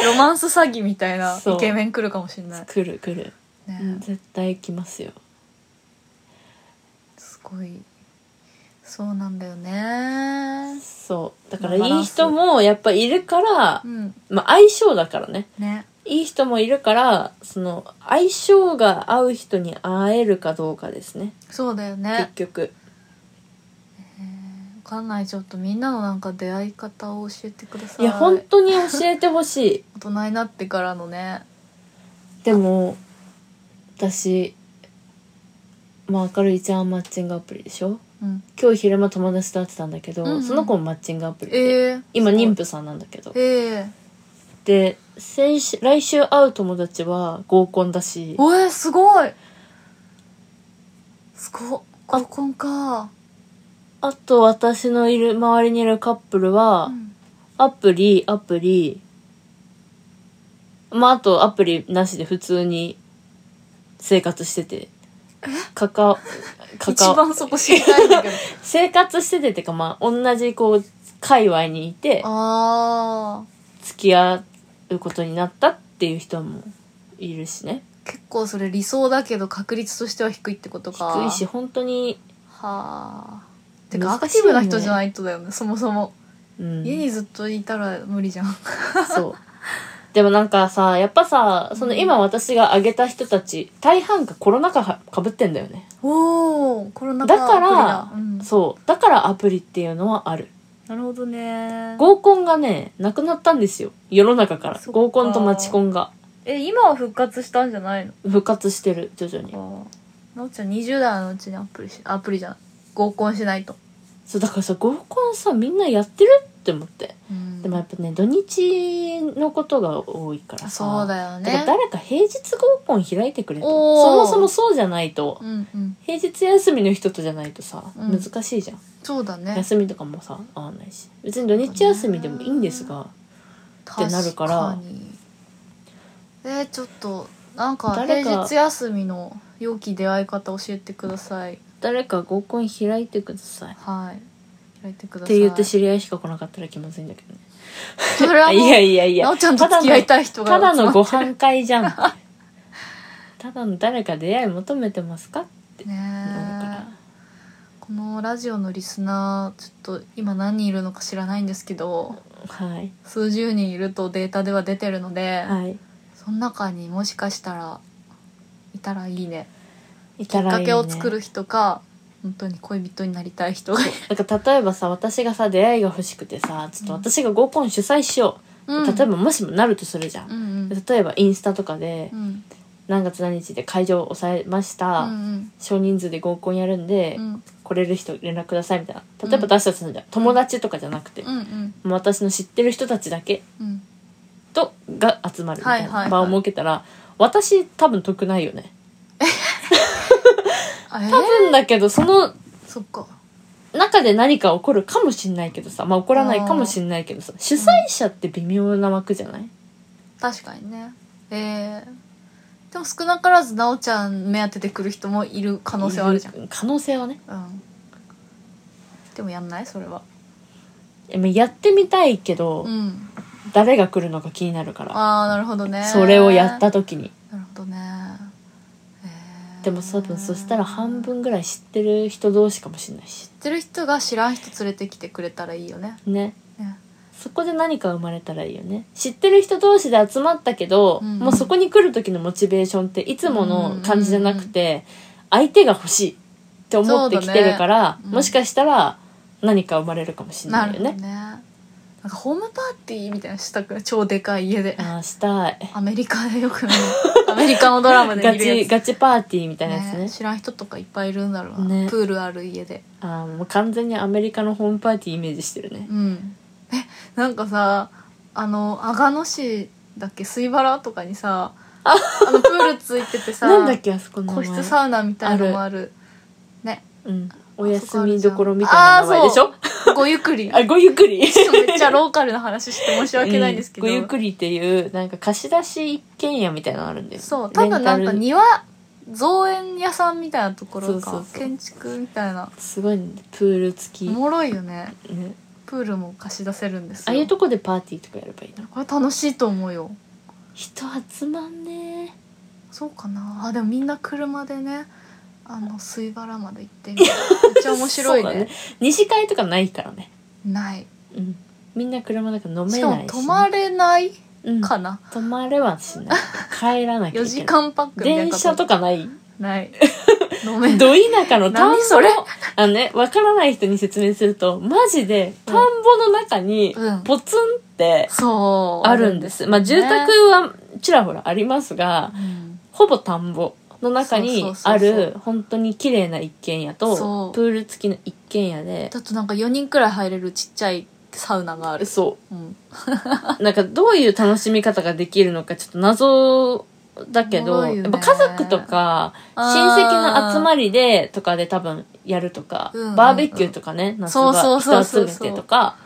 ロマンス詐欺みたいな
そう
イケメン来るかもしんない、
来る来る、
ね
絶対来ますよ
すごいそうなんだよね
そうだから
まあ
いい人もやっぱいるから
う、ん
まあ、相性だからね
ね
いい人もいるからその相性が合う人に会えるかどうかですね
そうだよ
結
ね
局
わかんないちょっとみんなのなんか出会い方を教えてくださ
い
い
や本当に教えてほし い
大人になってからのね
でも私まあ明るいちゃんはマッチングアプリでしょ
うん
今日昼間友達と会ってたんだけど、
うんうん
その子もマッチングアプリで、
ええ
今妊
婦
婦さんなんだけど
ええ
で先週来週会う友達は合コンだし
おえすごいすごっ合コンか
あと私のいる周りにいるカップルは、
うん
アプリアプリまああとアプリなしで普通に生活しててかかか
一
か
番そこ知りたいんだけ ど
生活しててっていうかまあ同じこう界隈にいて
あ
付き合うことになったっていう人もいるしね
ー結構それ理想だけど確率としては低いってことか
低いし本当に、
はあてかア
難
ク
しい
テ
よ
ィブ
ね
な人じゃないとだよねそもそも、
うん、
家にずっといたら無理じゃん
そうでもなんかさやっぱさその今私が挙げた人たち大半がコロナ禍はかぶってんだよね
おおコロナ禍
だから
アプリだうん
そうだからアプリっていうのはある
なるほどね
合コンがねなくなったんですよ世の中から
そっか
合コンとマチコンが
え今は復活したんじゃないの
復活してる徐々に
あーなおちゃん20代のうちにアプリしアプリじゃない合コンしないと、
そうだからさ合コンさみんなやってるって思ってでもやっぱね土日のことが多いからさ
そうだよ
だから
ね
誰か平日合コン開いてくれと
おー
そもそもそうじゃないと
うんうん
平日休みの人とじゃないとさ、
うん
難しいじゃん
そうだね
休みとかもさ合わないし別に土日休みでもいいんですがってなるから
確にえー、ちょっとなんか
誰か
平日休みの良き出会い方教えてください
誰か合コン開いてください
はい開いてくださ
って
い
言って知り合いしか来なかったら気まずいんだけどね
それはもう
いやいやいや
なおちゃんと付き合いたい人が
ただのただの
集ま
ご飯会 じゃんただの誰か出会い求めてますか
って
なるか
ね
ら
このラジオのリスナーちょっと今何人いるのか知らないんですけど
はい
数十人いるとデータでは出てるので、
はい
その中にもしかしたらいたらいいね
い
き
た
っ
ら
か
いい、ね、
けを作る人か本当に恋人になりたい人がいる
なんか例えばさ私がさ出会いが欲しくてさちょっと私が合コン主催しよう、
うん
例えばもしもなるとするじゃん、
うんうん
例えばインスタとかで
うん
何月何日で会場を抑えました、
うん
少人数で合コンやるんで、
うん
来れる人連絡くださいみたいな
うん
例えば私たちのじゃん友達とかじゃなくて、
うんうん
もう私の知ってる人たちだけ
うん
とが集まるみたい
はいはいは
ない場を設けたら、私多分得ないよね
あえー
多分だけどその
そっか
中で何か起こるかもしんないけどさまあ起こらないかもしんないけどさ主催者って微妙な枠じゃない、
確かにねえーでも少なからずなおちゃん目当ててくる人もいる可能性はあるじゃん
可能性はね
うんでもやんないそれは
えまあやってみたいけど、
うん
誰が来るのか気になるから
ああなるほどね
それをやった時に
なるほどねえー
でも多分そしたら半分ぐらい知ってる人同士かもしんない
知っ
し
てる人が知らん人連れてきてくれたらいいよね
ね
ね
そこで何か生まれたらいいよね知ってる人同士で集まったけど、
うん
もうそこに来る時のモチベーションっていつもの感じじゃなくて、相手が欲しいって思ってきてる
そ
から、
うだねうん
もしかしたら何か生まれるかもしれ
な
な
る
い
ほ
よ
ど
ね
ね。なんかホームパーティーみたいなのしたくない超でかい家で。
ああしたい
アメリカでよく見る アメリカのドラマで
ガ
見るや
チ
つ。
ガチパーティーみたいなやつね
ね、知らん人とかいっぱいいるんだろうな、
ね
プールある家で
ああもう完全にアメリカのホームパーティーイメージしてるね
うんえなんかさあの阿賀野市だっけ水原とかにさあのプールついててさ
なんだっけあそこの名
個
前
室サウナみたいのもあるね
うん、お
あ
休みどころみたいな名前でしょ
ごゆっくり
あごゆっくり
ちょっとめっちゃローカルな話して申し訳ないんですけど、
うんごゆっくりっていうなんか貸し出し一軒家みたいなのあるんだよ
そう多分なん
レン
か
タル
庭造園屋さんみたいなところか
そうそうそう
建築みたいな
すごいねプール付き、
お
ね、
もろいよねプールも貸し出せるんです
あ
よ
あいうとこでパーティーとかやればいいの
これ楽しいと思うよ
人集まんね
そうかなあでもみんな車でねあの水原まで行ってみたいめっちゃ面白い
そう
ね
だ西会とかないからね
ない
うんみんな車だから飲めな
し
いし
かも泊まれない
うん
かな、
泊まれはしない帰らなきゃ
4
い
時
けない
間パックみたいな
電車とかない
ない 飲 めない
ど田舎の田んぼ
何それ
あのね、わからない人に説明すると、マジで、田んぼの中に
うん、
ポツンって
そう
あるんです。まあ、住宅はちらほらありますが、
うん
ほぼ田んぼの
そ
中
う
に
そうそ
あ
うそう
る、本当に綺麗な一軒家
そ
と
う、
プール付きの一軒家で、
だとなんか4人くらい入れるちっちゃいサウナがある、
そ
うん、
う。なんかどういう楽しみ方ができるのか、ちょっと謎だけ
おも
ど、
ろいよ
や
ね
っぱ家族とか、親
あー
戚の集まりでとかで多分やるとか、
うんうんうん
バーベキューとかね、夏
そう
場
そうそうそ
人
う
集めてとか、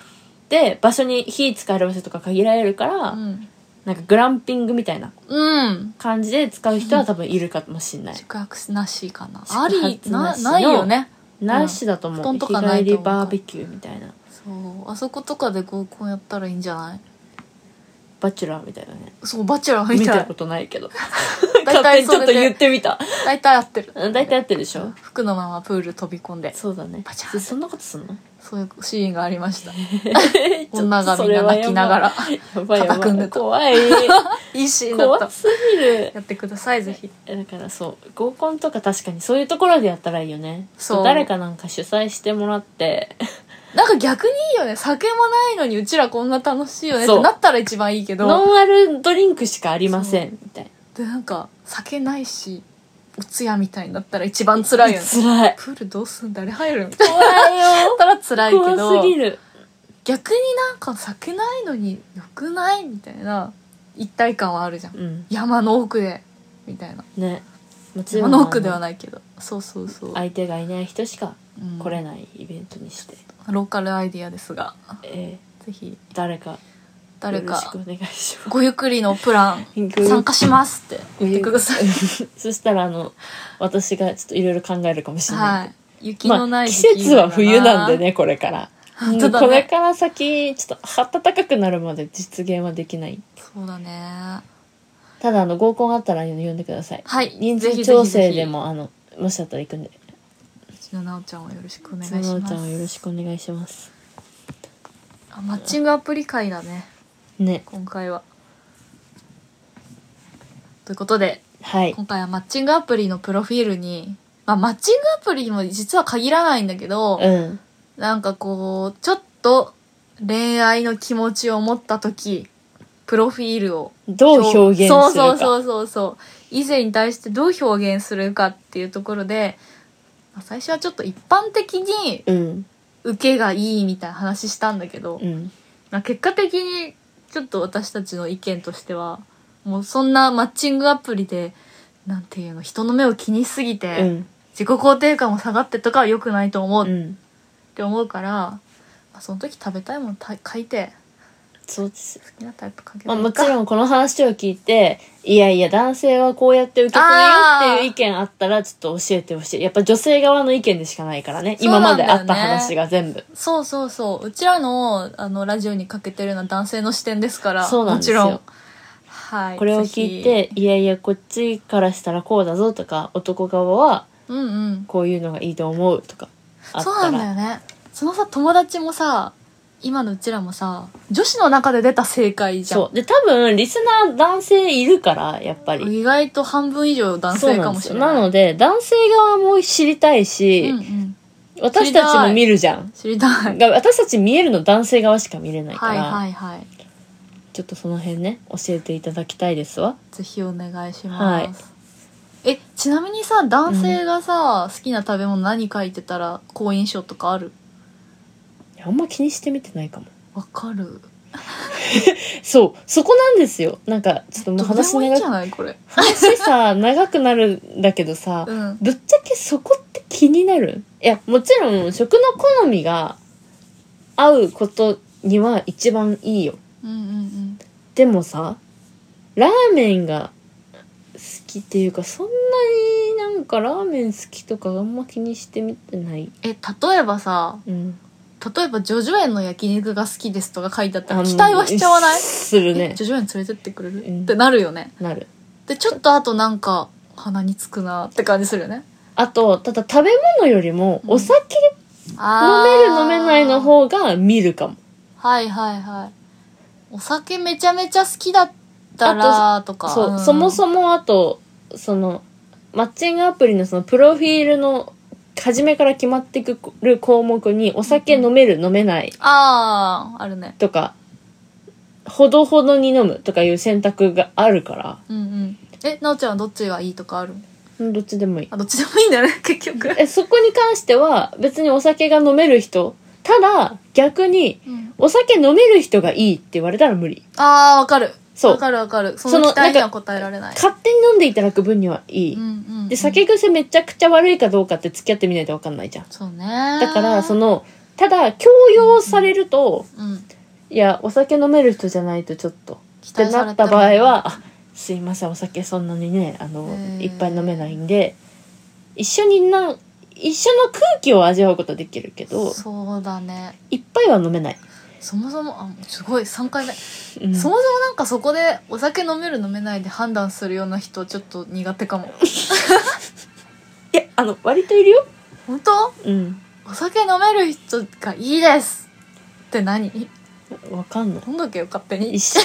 で、場所に火使える場所とか限られるから、
うん、
なんかグランピングみたいな
うん、
感じで使う人は多分いるかもしんない。
宿泊なしかなあ
宿泊
りな
なしの
ないよね
なしだと思
布
う。
団
日
とかないと
帰り
思うから
バーベキューみたいな。
そうあそことかで合コンやったらいいんじゃない
バチュラーみたいなね。
そうバチェラーみ
見
た
た
い
ことないけど。
大
勝
体
手にち
そ
ょっ
れ
と言っ
で
てみた。
大体合ってる
うん大体合ってるでしょ
服のままプール飛び込んで
そうだね
バチャ。ーン
そそんなことすんの
そういうシーンがありました
ちょっと
女がみ
そ
ん
れ
な
は
泣きながら
やばい。やばい
肩組んで
やばい。
た
怖い。
いいシーンだった
怖すぎる。
やってくださいぜひ
だからそう合コンとか確かにそういうところでやったらいいよね
そう
誰かなんか主催してもらって
なんか逆にいいよね酒もないのにうちらこんな楽しいよねっ
そう
てなったら一番いいけど
ノンアルドリンクしかありませんみたいな
でなんか酒ないしおつやみたいになったら一番辛い よね
辛い
プールどうすんだあれ入るみたい
怖い
なだったら辛いけ
よ
ど
怖すぎる
逆になんか酒ないのによくないみたいな一体感はあるじゃん
うん
山の奥でみたいな
ねもちろ
山
ん
の奥では
ない
ないけどそうそうそう、
相手がいない人しか
うん
来れないイベントにして、
ローカルアイディアですが
え
ぜひ
ー誰か
誰
よろし
か
くお願いしま
ごゆっくりのプラン
す
参加しますって言ってください
そしたらあの私がちょっといろいろ考えるかもしれない
はい雪のない
季
時期
節は冬なんでねこれ から、
本当だ
こ
ね
れから先ちょっと暖かくなるまで実現はできない
そうだね
ただあの合コンあったら呼んでください
はい
人
ぜひぜ
数
ひ
調整でもあのもしあったら行くんで
うちのなおちゃんをよろしくお願いし
角
ま
ちゃんをよろ
す
しくお願いします
あマッチングアプリ会だね
ね
今回はということで
はい
今回はマッチングアプリのプロフィールに、まあ、マッチングアプリにも実は限らないんだけど、
うん
なんかこうちょっと恋愛の気持ちを持った時プロフィールを
どう表現する
そう
か
そうそうそうそう以前に対してどう表現するかっていうところでまあ最初はちょっと一般的に
うん
受けがいいみたいな話したんだけど、
うん
まあ結果的にちょっと私たちの意見としてはもうそんなマッチングアプリでなんていうの人の目を気にしすぎて、
うん
自己肯定感も下がってとかは良くないと思う
う
っ
ん
て思うから、まあ、その時食べたいものた書いて
そうです
好きなタイプ書け
ま
ばい
あ、
い
も
か
ちろんこの話を聞いて、いやいや、男性はこうやって受け止めようっていう意見あったら、ちょっと教えてほしい。やっぱ女性側の意見でしかないからね。
そう
今
な
ま
んだ
で
よね
あった話が全部。
そうそうそううちらのあのラジオにかけてるのは男性の視点ですから
そうなんです
もちろん
よ。
はい
これを聞いて、いやいや、こっちからしたらこうだぞとか、男側は
うんうん
こういうのがいいと思うとか、あっ
そうな
た
んだ
ら。
よねそのさ友達もさ今のうちらもさ女子の中で出た正解じゃん
そう。で、多分、リスナー男性いるから、やっぱり。
意外と半分以上男
そう
性
な
か
んで
も
す
し
よ
れない
なので、男性側も知りたいし、
うんうん、
私たちも見るじゃん。
知りたい
が私たち見えるの男性側しか見れないから、
はいはいはい
ちょっとその辺ね、教えていただきたいですわ。
ぜひお願いします、えちなみにさ男性がさ、好きな食べ物何書いてたら好印象とかある
いやあんま気にしてみてないかも。
わかる
そう、そこなんですよ。なんか、ちょっとも
ど
う
うで
話
もいいんじゃ
長く、
ないこれ
話さ、長くなるんだけどさ、
うん
ぶっちゃけそこって気になるいや、もちろん食の好みが合うことには一番いいよ。
うんうん
でもさ、ラーメンが好きっていうか、そんなになんかラーメン好きとかあんま気にしてみてない。
え例えばさ
うん。
例えば「ジョジョ園の焼肉が好きです」とか書いてあった
あ
ら
の
期待はしちゃわない
する
え
ね
ジ。ョジョ園連れてってくれる、
うん
ってなるよね
なる。
でちょっとあとなんか鼻につくなって感じするよね
あと、ただ食べ物よりも
うん
お酒飲
あ
める
ー
飲めないの方が見るかも。
はいはいはいお酒めちゃめちゃ好きだったらとか
そう、
ん
そもそもあと、その、マッチングアプリのそのプロフィールの初めから決まってくる項目にお酒飲める飲めない
あああるね
とか、ほどほどに飲むとかいう選択があるから、
うんうんえなおちゃんはどっちがいいとかある
どっちでもいい。
あどっちでもいいんだよね 結局
え、そこに関しては別にお酒が飲める人、ただ逆に
うん
お酒飲める人がいいって言われたら無理。
ああわかる
そう
わかるわかるそ
そ
の
の
期待に
な
は
んか
答えられない
勝手に飲んでいただく分にはいい。
うんうんうん
で、酒癖めちゃくちゃ悪いかどうかって付き合ってみないとわかんないじゃん。
そうね
だから、その、ただ、強要されると、
うん
いや、お酒飲める人じゃないとちょっと、
期
って
待さ
な
れ
ったた
ら
場合は、あすいません、お酒そんなにね、あの
う、ん
いっぱい飲めないんで、一緒にな、一緒の空気を味わうことはできるけど、
そうだね
いっぱいは飲めない。
そもそもあすごい3回目
うん
そもそもなんかそこでお酒飲める飲めないで判断するような人ちょっと苦手かも
いや、あの、割といるよ。
本当
うん。
お酒飲める人がいいですって何
わかんない。
飲んどけよ勝手に
一 緒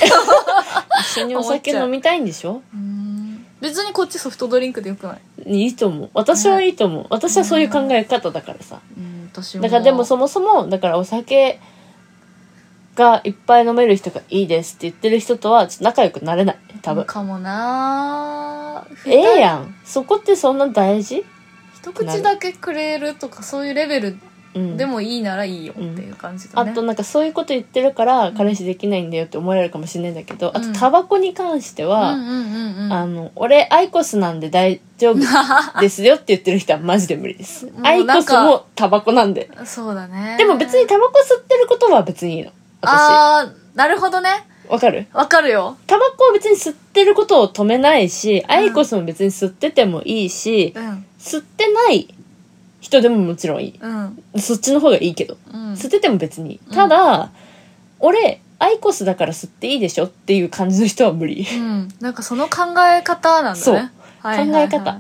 一緒にお酒飲みたいんでしょ
うーん別にこっちソフトドリンクでよくない
いいと思う。私はいいと思う。私はそういう考え方だからさ。
うん私も
だからでもそもそもだからお酒がいっぱい飲める人がいいですって言ってる人とはちょっと仲良くなれない多分
かもなー
ええやんそこってそんな大事、
一口だけくれるとかそういうレベル
うん、
でもいいならいいよっていう感じだ
あ
ね、
となんかそういうこと言ってるから彼氏できないんだよって思われるかもしれないんだけど、あとタバコに関しては、
うんうんうんうん
あの俺アイコスなんで大丈夫ですよって言ってる人はマジで無 理です
う
アイ
な
コ
ん
ス
か
もタバコなんで
そうだね
でも別にタバコ吸ってることは別にいいの私
ああなるほどね
わかる
わかるよ
タバコを別に吸ってることを止めないし、アイコスも別に吸っててもいいし
う、ん
吸ってない人でももちろんい
うん
い。そっちの方がいいけど。
うん
吸ってても別に
う。ん
ただ、俺、アイコスだから吸っていいでしょっていう感じの人は無理。
うん、なんかその考え方なんだね。
そう
はいはいはい
考え方。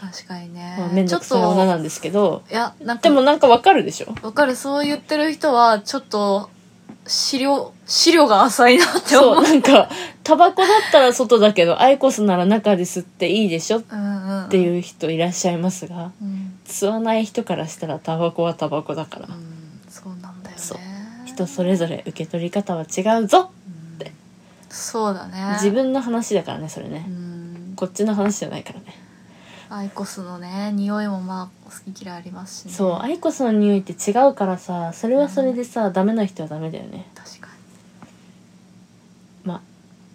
確かにね。
まあ、めん
ちょ
ど
っ
くさい女な
と、
んですけど。
いや、なんか、
でもなんかわかるでしょ
わかる、そう言ってる人は、ちょっと、資料、資料が浅いなって思。
そうう、なんか、タバコだったら外だけど、アイコスなら中で吸っていいでしょっ
うんうん。
ていう人いらっしゃいますが、
うん。
吸わない人からしたらタバコはタバコだから
う。ん、そうなんだよね。
そう人それぞれ受け取り方は違うぞって
そうだね。
自分の話だからねそれ
う
ね
ん。
こっちの話じゃないからね
アイコスのね、匂いもまあ、好き嫌いありますしね。
そう愛子さんの匂いって違うからさそれはそれでさダメな人はダメだよね
確か
まあ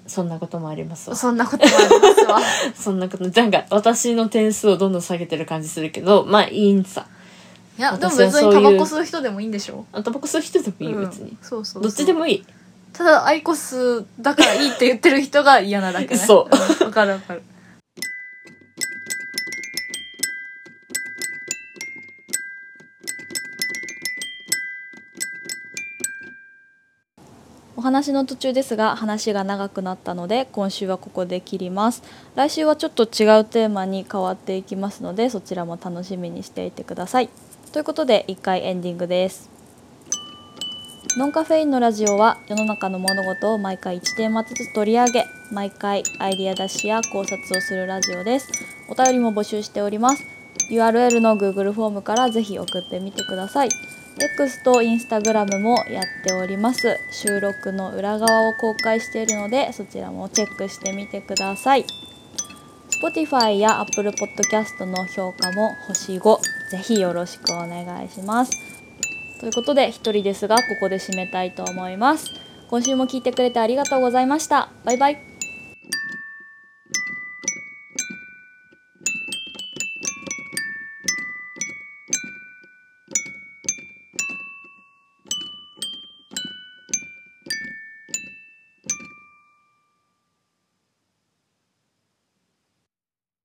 そんなこともありますわ
に。そんなこともありますわ。
そんなことなんか私の点数をどんどん下げてる感じするけどまあいいんさ
いや、でも
私は
別
そう
に
いう
タバコ吸う人でもいいんでしょ
あタバコ吸う人でもいい
うん
別に、
そうそうそう。
どっちでもいい
ただアイコスだからいいって言ってる人が嫌なだけね
そ
うんわかるわかる
お話の途中ですが話が長くなったので今週はここで切ります来週はちょっと違うテーマに変わっていきますのでそちらも楽しみにしていてくださいということで一回エンディングです
ノンカフェインのラジオは世の中の物事を毎回1テーマずつ取り上げ毎回アイディア出しや考察をするラジオですお便りも募集しております URL の Google フォームからぜひ送ってみてください X と Instagram もやっております収録の裏側を公開しているのでそちらもチェックしてみてください Spotify や Apple Podcast の評価も星5ぜひよろしくお願いしますということで一人ですがここで締めたいと思います今週も聞いてくれてありがとうございましたバイバイ